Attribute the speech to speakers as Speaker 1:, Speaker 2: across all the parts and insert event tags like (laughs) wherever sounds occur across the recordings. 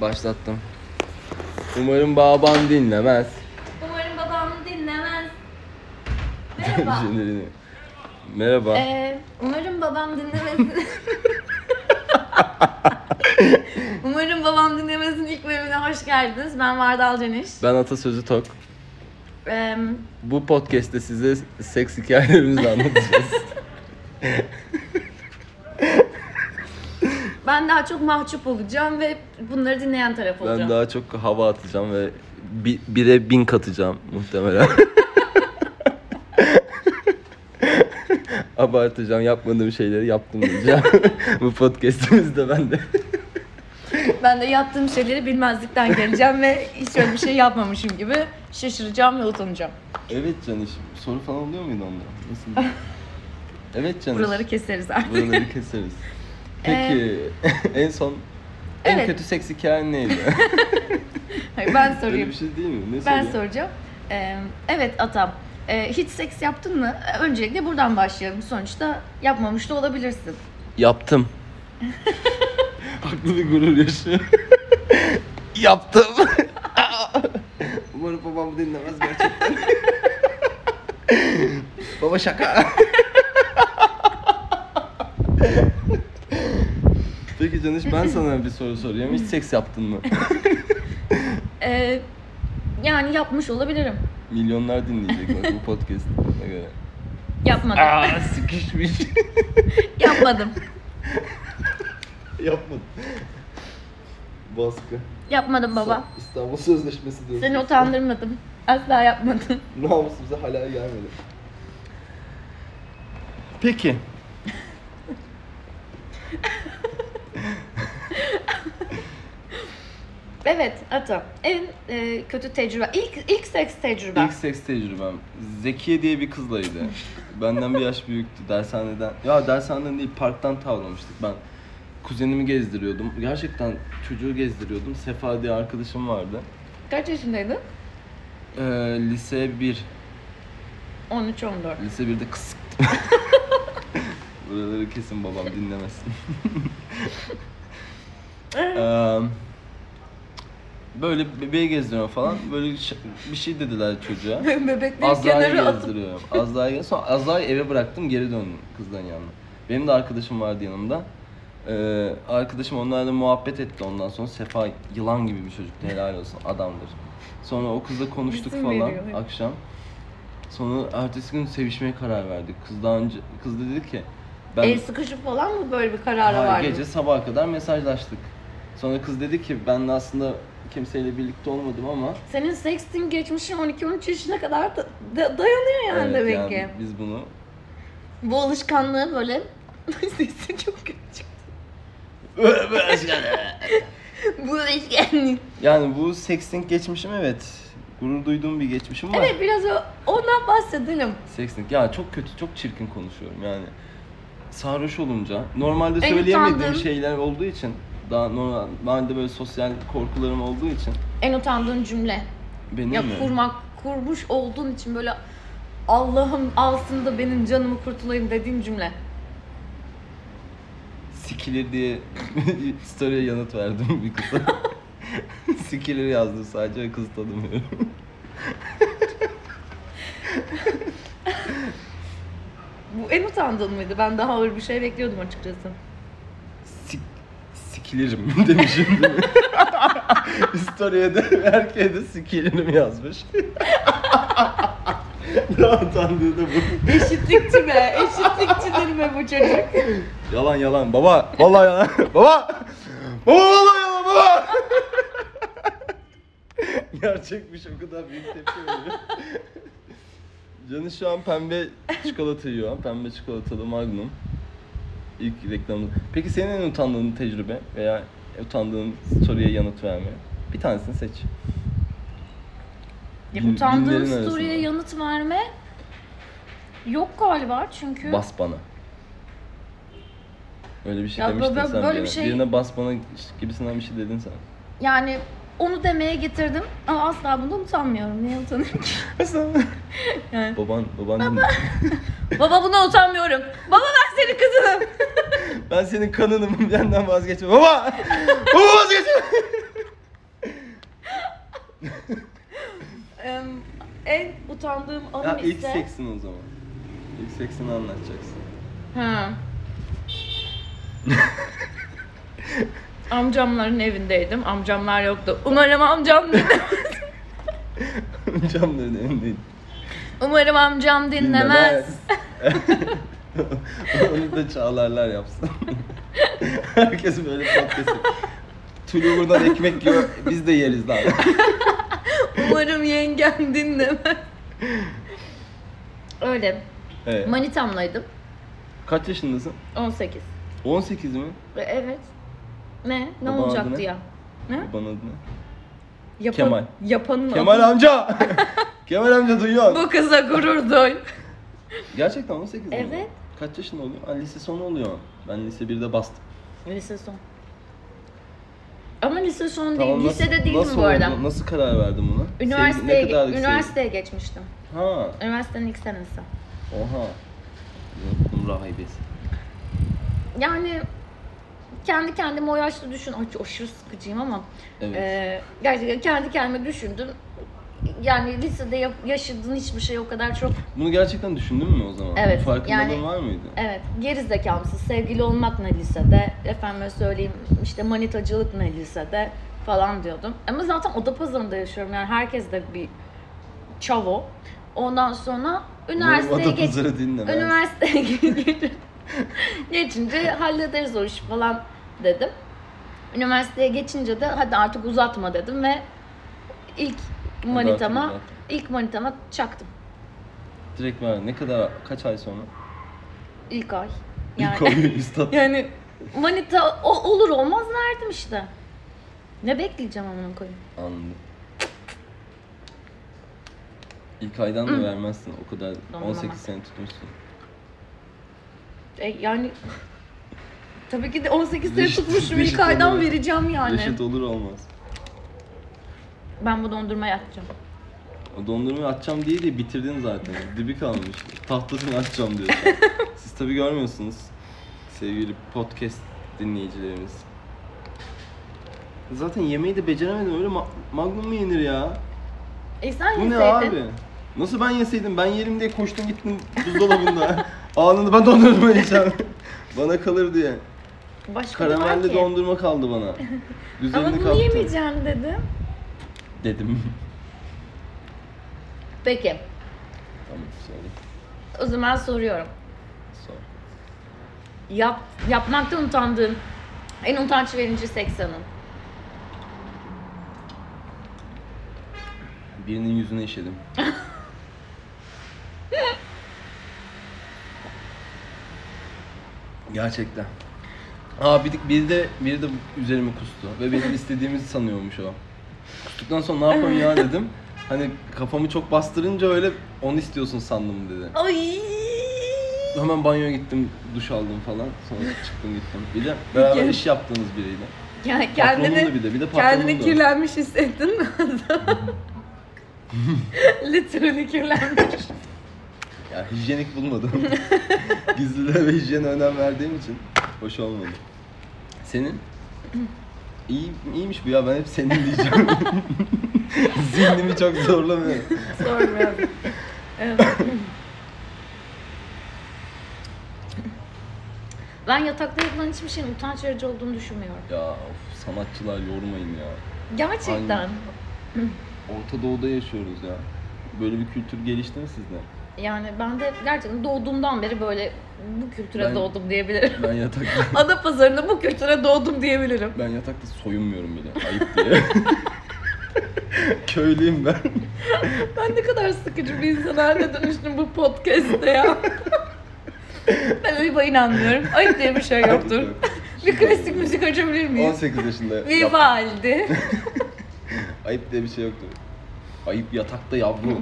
Speaker 1: başlattım. Umarım babam dinlemez.
Speaker 2: Umarım babam
Speaker 1: (laughs)
Speaker 2: dinlemez. Merhaba.
Speaker 1: Düşüncelerini. Merhaba.
Speaker 2: Ee, umarım babam
Speaker 1: (laughs)
Speaker 2: dinlemesin. umarım babam dinlemesin ilk bölümüne hoş geldiniz. Ben Vardal Ceniş.
Speaker 1: Ben Atasözü Tok.
Speaker 2: Ee,
Speaker 1: Bu podcast'te size seks hikayelerimizi anlatacağız.
Speaker 2: ben daha çok mahcup olacağım ve bunları dinleyen taraf olacağım.
Speaker 1: ben daha çok hava atacağım ve bi- bire bin katacağım (laughs) muhtemelen. Abartacağım, yapmadığım şeyleri yaptım diyeceğim. (laughs) Bu podcast'imizde ben de.
Speaker 2: Ben de yaptığım şeyleri bilmezlikten geleceğim ve hiç öyle bir şey yapmamışım gibi şaşıracağım ve utanacağım.
Speaker 1: Evet Caniş, soru falan oluyor muydu onda? (laughs) Nasıl? evet Caniş.
Speaker 2: Buraları keseriz artık.
Speaker 1: Buraları keseriz.
Speaker 2: (laughs)
Speaker 1: Peki (laughs) en son en
Speaker 2: Ee, evet.
Speaker 1: kötü seks hikayen
Speaker 2: (laughs)
Speaker 1: neydi?
Speaker 2: Hayır, ben
Speaker 1: Öyle
Speaker 2: sorayım.
Speaker 1: bir şey değil mi? Ne
Speaker 2: Ben
Speaker 1: soruyor?
Speaker 2: soracağım. Ee, evet Atam. Ee, hiç seks yaptın mı? Ee, Öncelikle buradan başlayalım. Sonuçta yapmamış da olabilirsin. (laughs)
Speaker 1: Yaptım. Haklı bir gurur yaşıyor. Yaptım.
Speaker 2: (laughs)
Speaker 1: Umarım babam bu dinlemez
Speaker 2: (laughs)
Speaker 1: gerçekten. Baba
Speaker 2: (laughs)
Speaker 1: şaka. Peki Caniş ben sana bir soru
Speaker 2: (laughs)
Speaker 1: soruyorum. Hiç seks yaptın mı?
Speaker 2: Ee, yani yapmış olabilirim.
Speaker 1: Milyonlar dinleyecek bak bu podcast'e göre.
Speaker 2: Yapmadım.
Speaker 1: Aa (laughs) sıkışmış.
Speaker 2: (laughs) Yapmadım.
Speaker 1: Yapmadım. Baskı.
Speaker 2: Yapmadım baba.
Speaker 1: Sa- İstanbul Sözleşmesi diyoruz. (laughs)
Speaker 2: Seni utandırmadım. Asla yapmadım. (laughs)
Speaker 1: Namusumuza hala gelmedi. Peki.
Speaker 2: Evet Atam. En e, kötü tecrübe. İlk, ilk seks tecrübe.
Speaker 1: İlk seks tecrübem. Zekiye diye bir kızlaydı. Benden bir yaş büyüktü. Dershaneden. Ya dershaneden değil parktan tavlamıştık. Ben kuzenimi gezdiriyordum. Gerçekten çocuğu gezdiriyordum. Sefa diye arkadaşım vardı.
Speaker 2: Kaç yaşındaydın?
Speaker 1: Ee, lise 1.
Speaker 2: 13-14.
Speaker 1: Lise 1'de kısıktım. Buraları kesin babam dinlemesin. Eee, böyle bebeği gezdiriyorum falan. Böyle ş- bir şey dediler çocuğa.
Speaker 2: (laughs) Bebekleri
Speaker 1: Azra'yı
Speaker 2: kenara atıp
Speaker 1: gezdiriyorum. Azra'yı sonra Azra'yı eve bıraktım geri döndüm kızların yanına. Benim de arkadaşım vardı yanımda. Ee, arkadaşım onlarla muhabbet etti ondan sonra Sefa yılan gibi bir çocuktu helal olsun adamdır. Sonra o kızla konuştuk
Speaker 2: İsim
Speaker 1: falan
Speaker 2: veriyor, evet.
Speaker 1: akşam. Sonra ertesi gün sevişmeye karar verdik. Kız daha önce kız da dedi ki ben
Speaker 2: el sıkışıp falan mı böyle bir karara
Speaker 1: Hayır,
Speaker 2: vardı?
Speaker 1: gece sabaha kadar mesajlaştık. Sonra kız dedi ki ben de aslında kimseyle birlikte olmadım ama
Speaker 2: Senin sexting geçmişin 12-13 yaşına kadar da- da- dayanıyor yani
Speaker 1: evet,
Speaker 2: demek
Speaker 1: yani
Speaker 2: ki.
Speaker 1: biz
Speaker 2: (laughs)
Speaker 1: bunu
Speaker 2: Bu alışkanlığı böyle (laughs) sesi çok kötü çıktı. Bu alışkanlık.
Speaker 1: Yani bu sexting geçmişim evet. Gurur duyduğum bir geçmişim var.
Speaker 2: Evet biraz o- ondan bahsedelim.
Speaker 1: Sexting. Ya çok kötü, çok çirkin konuşuyorum yani. Sarhoş olunca, normalde
Speaker 2: En
Speaker 1: söyleyemediğim
Speaker 2: utandığım-
Speaker 1: şeyler olduğu için, daha normalde böyle sosyal korkularım olduğu için
Speaker 2: En utandığın cümle.
Speaker 1: benim
Speaker 2: ya
Speaker 1: mi?
Speaker 2: kurmak, kurmuş olduğun için böyle Allah'ım alsın da benim canımı kurtulayım dediğin cümle.
Speaker 1: Sikilir diye (laughs) story'e yanıt verdim bir
Speaker 2: (laughs)
Speaker 1: kıza. Sikilir yazdım sadece ve kızı tanımıyorum.
Speaker 2: Bu en utandığın mıydı? Ben daha ağır bir şey
Speaker 1: (laughs)
Speaker 2: bekliyordum açıkçası.
Speaker 1: Sik, sikilirim (laughs) demişim değil mi? Story'e de erkeğe de sikilirim yazmış. (laughs) ya utandığı da bu.
Speaker 2: Eşitlikçi be, eşitlikçidir be bu çocuk.
Speaker 1: Yalan yalan baba. Vallahi yalan. (laughs) baba. Baba vallahi yalan baba. (laughs) Gerçekmiş o kadar büyük tepki veriyor. (laughs) Canı şu an pembe çikolata yiyor. Pembe çikolatalı Magnum. İlk reklamı. Peki senin en utandığın tecrübe veya utandığın soruya yanıt verme. Bir tanesini seç.
Speaker 2: Ya
Speaker 1: Bin-
Speaker 2: utandığım
Speaker 1: binlerin arasında.
Speaker 2: story'e yanıt verme yok galiba çünkü
Speaker 1: Bas bana. Öyle bir şey
Speaker 2: Ya
Speaker 1: demiştin
Speaker 2: böyle-
Speaker 1: sen
Speaker 2: böyle
Speaker 1: bir
Speaker 2: bir
Speaker 1: ara.
Speaker 2: şey-
Speaker 1: Birine bas bana gibisinden bir şey dedin sen.
Speaker 2: yani onu demeye getirdim ama asla bundan utanmıyorum. Niye utanırım ki? Yani.
Speaker 1: Baban, baban dinle.
Speaker 2: (laughs) Baba buna utanmıyorum. Baba ben senin (laughs) kızınım.
Speaker 1: (laughs) Ben senin kanınım. Benden vazgeçme. Baba! Baba vazgeçme!
Speaker 3: utandığım anım
Speaker 1: Ya ilk
Speaker 3: ise...
Speaker 1: seksin o zaman. İlk seksini anlatacaksın.
Speaker 3: Ha. Amcamların evindeydim. Amcamlar yoktu. Umarım amcam
Speaker 1: (laughs) (laughs) Cam dedi emin değil.
Speaker 3: Umarım amcam dinlemez.
Speaker 1: Dinlemez. (laughs) Onu da çağlarlar yapsın. (laughs) Herkes böyle podcast'ı. Tülü buradan ekmek yiyor. Biz de
Speaker 3: (laughs)
Speaker 1: yeriz daha.
Speaker 3: Umarım yengem
Speaker 1: (laughs)
Speaker 3: dinlemez.
Speaker 2: Öyle.
Speaker 1: Evet.
Speaker 2: Manitamlaydım.
Speaker 1: Kaç yaşındasın?
Speaker 3: 18.
Speaker 1: 18 mi?
Speaker 3: Ve Evet.
Speaker 2: Ne? Ne
Speaker 1: Baba adı
Speaker 2: olacaktı
Speaker 1: ne?
Speaker 2: ya?
Speaker 1: Babanın adı ne?
Speaker 3: Yapan,
Speaker 1: Kemal.
Speaker 3: Yapanın
Speaker 1: Kemal
Speaker 3: adı- (laughs)
Speaker 1: amca! Kemal amca duyuyor.
Speaker 3: Bu kıza gurur duy.
Speaker 1: Gerçekten 18 mi?
Speaker 2: Evet.
Speaker 1: Kaç yaşında oluyor? Ha, lise sonu oluyor. Ben lise 1'de bastım.
Speaker 2: Lise son. Ama lise son
Speaker 1: Tamam,
Speaker 2: değil. Lisede değilim
Speaker 1: nasıl
Speaker 2: bu arada.
Speaker 1: oldu? Nasıl karar verdin buna? Sevgi- ne
Speaker 2: Üniversiteye,
Speaker 1: kadarlık sevgi?
Speaker 2: üniversiteye geçmiştim.
Speaker 1: Ha.
Speaker 2: Üniversitenin ilk senesi.
Speaker 1: Oha. Bunun rahibesi.
Speaker 2: Yani kendi kendime o yaşta düşün. Ay, çok aşırı sıkıcıyım ama
Speaker 1: Evet.
Speaker 2: Ee, gerçekten kendi kendime düşündüm. Yani lisede yap- yaşadığın hiçbir şey o kadar çok
Speaker 1: Bunu gerçekten düşündün mü o zaman?
Speaker 2: Evet,
Speaker 1: Bu Farkındalığın
Speaker 2: yani-
Speaker 1: var mıydı?
Speaker 2: evet geri zekamsız sevgili olmak ne lisede efendime söyleyeyim işte manitacılık ne lisede falan diyordum. Ama zaten oda pazarında yaşıyorum yani herkes de bir çavo. Ondan sonra (laughs) üniversiteye
Speaker 1: Adam
Speaker 2: geç
Speaker 1: pazarı dinle. ben-
Speaker 2: üniversiteye (laughs) geçince- geçince hallederiz o işi falan dedim. Üniversiteye geçince de hadi artık uzatma dedim ve ilk manitama
Speaker 1: Bak, bak.
Speaker 2: İlk manitama çaktım.
Speaker 1: Direkt ver. Ne kadar, kaç ay sonra?
Speaker 2: İlk ay.
Speaker 1: Yani.
Speaker 2: Yani,
Speaker 1: İlk ay (laughs) üstad.
Speaker 2: yani manita o- olur olmaz verdim işte. Ne bekleyeceğim amına koyayım.
Speaker 1: Anladım. İlk aydan da vermezsin. O kadar
Speaker 2: Dondurma.
Speaker 1: 18 sene tutmuşsun.
Speaker 2: E, yani tabii ki de 18 sene
Speaker 1: Reşit-
Speaker 2: tutmuşum
Speaker 1: reşit
Speaker 2: ilk aydan
Speaker 1: olur.
Speaker 2: vereceğim yani.
Speaker 1: Reşit olur olmaz.
Speaker 2: Ben bu dondurmayı atacağım.
Speaker 1: O dondurmayı atacağım diye de bitirdin zaten. Dibi kalmış. Tahtasını atacağım
Speaker 2: (laughs)
Speaker 1: diyorsun. Siz tabii görmüyorsunuz. Sevgili podcast dinleyicilerimiz. Zaten yemeği de beceremedim. Öyle ma- magnum mu yenir ya?
Speaker 2: E
Speaker 1: Bu
Speaker 2: sen
Speaker 1: ne
Speaker 2: yeseydin.
Speaker 1: abi? Nasıl ben yeseydim? Ben yerim diye koştum gittim buzdolabında. (laughs) Anında ben dondurma yiyeceğim. (laughs) bana kalır diye.
Speaker 2: Başka ne var
Speaker 1: Karamelli
Speaker 2: ki?
Speaker 1: dondurma kaldı bana.
Speaker 2: (laughs) Ama
Speaker 1: Güzelini
Speaker 2: bunu
Speaker 1: kaptım.
Speaker 2: yemeyeceğim dedim.
Speaker 1: Dedim. (laughs)
Speaker 2: Peki
Speaker 1: tamam söyle.
Speaker 2: o zaman soruyorum.
Speaker 1: Sor.
Speaker 2: Yap, yapmaktan utandığın en utanç verici seks anın.
Speaker 1: Birinin yüzüne işedim. Gerçekten. Aa bir, de- bir de biri de üzerime kustu ve benim istediğimizi sanıyormuş o. Kustuktan sonra ne yapayım ya dedim. Hani kafamı çok bastırınca öyle onu istiyorsun sandım dedi.
Speaker 2: Ay.
Speaker 1: Hemen banyoya gittim, duş aldım falan. Sonra çıktım gittim. Bir de beraber iş yaptığınız biriyle.
Speaker 2: Ya kendini
Speaker 1: Patronumdu bir de, bir de
Speaker 3: Kendini
Speaker 1: patronumdu.
Speaker 3: kirlenmiş hissettin
Speaker 1: (laughs)
Speaker 3: mi? Literally kirlenmiş.
Speaker 1: Ya hijyenik bulmadım. (laughs) Gizliliğe ve hijyene önem verdiğim için hoş olmadı.
Speaker 2: (clears throat)
Speaker 1: Senin? İyi, iyiymiş bu ya ben hep senin diyeceğim. (laughs) Zihnimi çok zorlamıyorum.
Speaker 3: Sormuyorum. Evet.
Speaker 2: Ben yatakta yapılan hiçbir şeyin utanç verici olduğunu düşünmüyorum.
Speaker 1: Ya of, sanatçılar yormayın ya.
Speaker 2: Gerçekten.
Speaker 1: Aynen. Orta Doğu'da yaşıyoruz ya. Böyle bir kültür gelişti mi sizde?
Speaker 2: Yani ben de gerçekten doğduğumdan beri böyle bu kültüre
Speaker 1: Ben-
Speaker 2: doğdum diyebilirim.
Speaker 1: Ben yatakta,
Speaker 2: Ada pazarında bu kültüre doğdum diyebilirim.
Speaker 1: ben yatakta soyunmuyorum bile. Ayıp diye.
Speaker 2: (laughs)
Speaker 1: Köylüyüm ben.
Speaker 3: Ben ne kadar sıkıcı bir insan haline dönüştüm bu podcast'te ya.
Speaker 2: Ben ayıba inanmıyorum. Ayıp diye bir şey yoktur. bir klasik müzik açabilir miyiz?
Speaker 1: 18 yaşında. yaptım.
Speaker 2: Vivaldi.
Speaker 1: Ayıp diye bir şey yoktu. Ayıp yatakta yavru.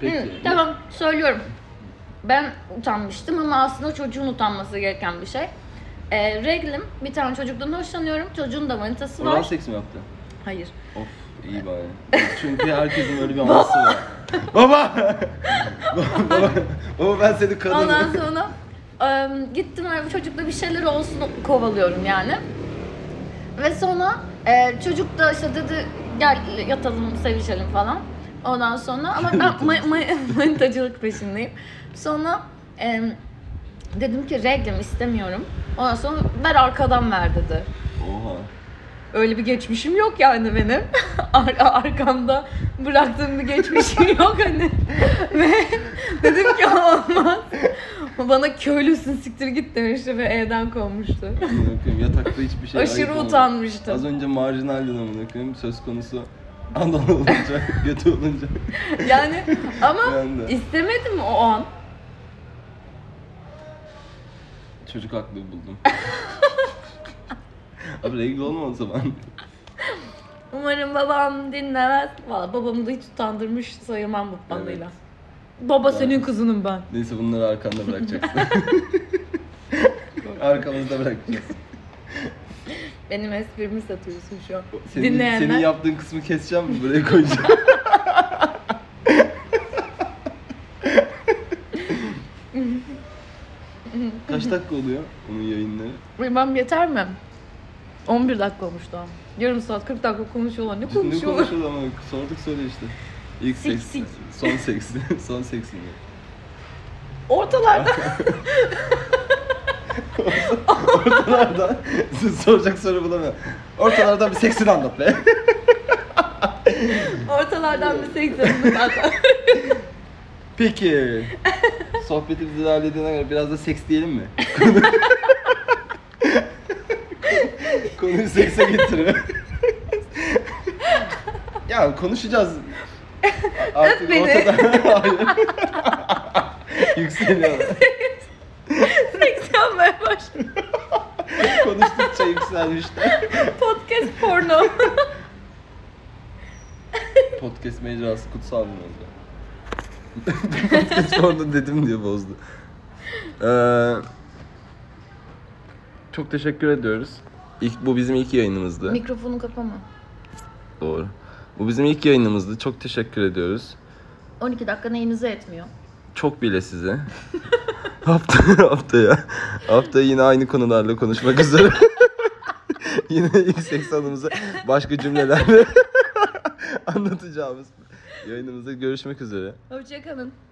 Speaker 2: Hı,
Speaker 1: Peki.
Speaker 2: tamam söylüyorum. Ben utanmıştım ama aslında çocuğun utanması gereken bir şey. Ee, reglim bir tane çocuktan hoşlanıyorum. Çocuğun da manitası
Speaker 1: Oral
Speaker 2: var.
Speaker 1: seks mi yaptı?
Speaker 2: Hayır.
Speaker 1: Of iyi bari. Çünkü herkesin öyle bir anısı var. Baba! Baba! Baba ben senin
Speaker 2: Ondan
Speaker 1: kadınım.
Speaker 2: sonra em, gittim öyle bir çocukla bir şeyler olsun kovalıyorum yani. Ve sonra e, çocuk da işte dedi gel yatalım sevişelim falan. Ondan sonra ama ben ma- ma- manitacılık peşindeyim. Sonra em, dedim ki reglim istemiyorum. Ondan sonra ver arkadan ver dedi.
Speaker 1: Oha.
Speaker 2: Öyle bir geçmişim yok yani benim. (laughs) Ar- arkamda bıraktığım bir geçmişim (laughs) yok hani. Ve (laughs) dedim ki olmaz. Bana köylüsün siktir git demişti ve evden kovmuştu.
Speaker 1: Amına koyayım, Yatakta hiçbir şey ayıp
Speaker 2: Aşırı
Speaker 1: olmadı.
Speaker 2: utanmıştım.
Speaker 1: Az önce marjinal dedim amına koyayım. Söz konusu Anadolu olunca, (laughs) kötü olunca.
Speaker 2: (laughs) Yani ama
Speaker 1: Ben de.
Speaker 2: istemedim o an.
Speaker 1: Çocuk haklı
Speaker 2: (laughs)
Speaker 1: buldum. Abi regl olma o zaman.
Speaker 2: Umarım babam dinlemez. Valla babamı da hiç utandırmış sayılmam bu bandıyla.
Speaker 1: Evet.
Speaker 2: Baba
Speaker 1: Ben-
Speaker 2: senin kızınım ben.
Speaker 1: Neyse bunları arkanda bırakacaksın. Arkamızda bırakacağız.
Speaker 2: Benim esprimi satıyorsun şu an.
Speaker 1: Senin,
Speaker 2: Dinleyenler.
Speaker 1: senin yaptığın kısmı keseceğim buraya koyacağım. (laughs) Kaç dakika oluyor onun yayınları?
Speaker 2: Bilmem yeter mi? 11 dakika olmuş daha. Yarım saat 40 dakika konuşuyorlar. Ne
Speaker 1: Şimdi
Speaker 2: konuşuyorlar?
Speaker 1: konuşalım ama sorduk soru işte. İlk
Speaker 2: Sik,
Speaker 1: seksi,
Speaker 2: sik.
Speaker 1: son seksi, (laughs) son seksi mi?
Speaker 2: Ortalarda.
Speaker 1: (laughs) Ortalardan soracak soru bulamıyorum. Ortalardan bir seksini anlat be.
Speaker 2: Ortalardan bir seks adımı (laughs) zaten.
Speaker 1: Peki. (laughs) Sohbetimizi ilerlediğine göre biraz da seks diyelim mi? Konuyu sekse getirin. ya konuşacağız. Artık
Speaker 2: beni.
Speaker 1: ortada. (laughs) Hayır. Yükseliyor.
Speaker 2: Seks yapmaya başladım.
Speaker 1: Konuştukça yükselmişler.
Speaker 2: Podcast porno.
Speaker 1: Podcast mecrası kutsal bir mecra. Podcast orada dedim diye bozdu. Ee, çok teşekkür ediyoruz. İlk, bu bizim ilk yayınımızdı.
Speaker 2: Mikrofonu kapama.
Speaker 1: Doğru. Bu bizim ilk yayınımızdı. Çok teşekkür ediyoruz.
Speaker 2: 12 dakika neyinize etmiyor.
Speaker 1: Çok bile size. hafta haftaya. Haftaya yine aynı konularla konuşmak üzere. (laughs) yine ilk seks anımızı başka (laughs) cümlelerle anlatacağımız yayınımızda görüşmek üzere.
Speaker 2: Hoşçakalın.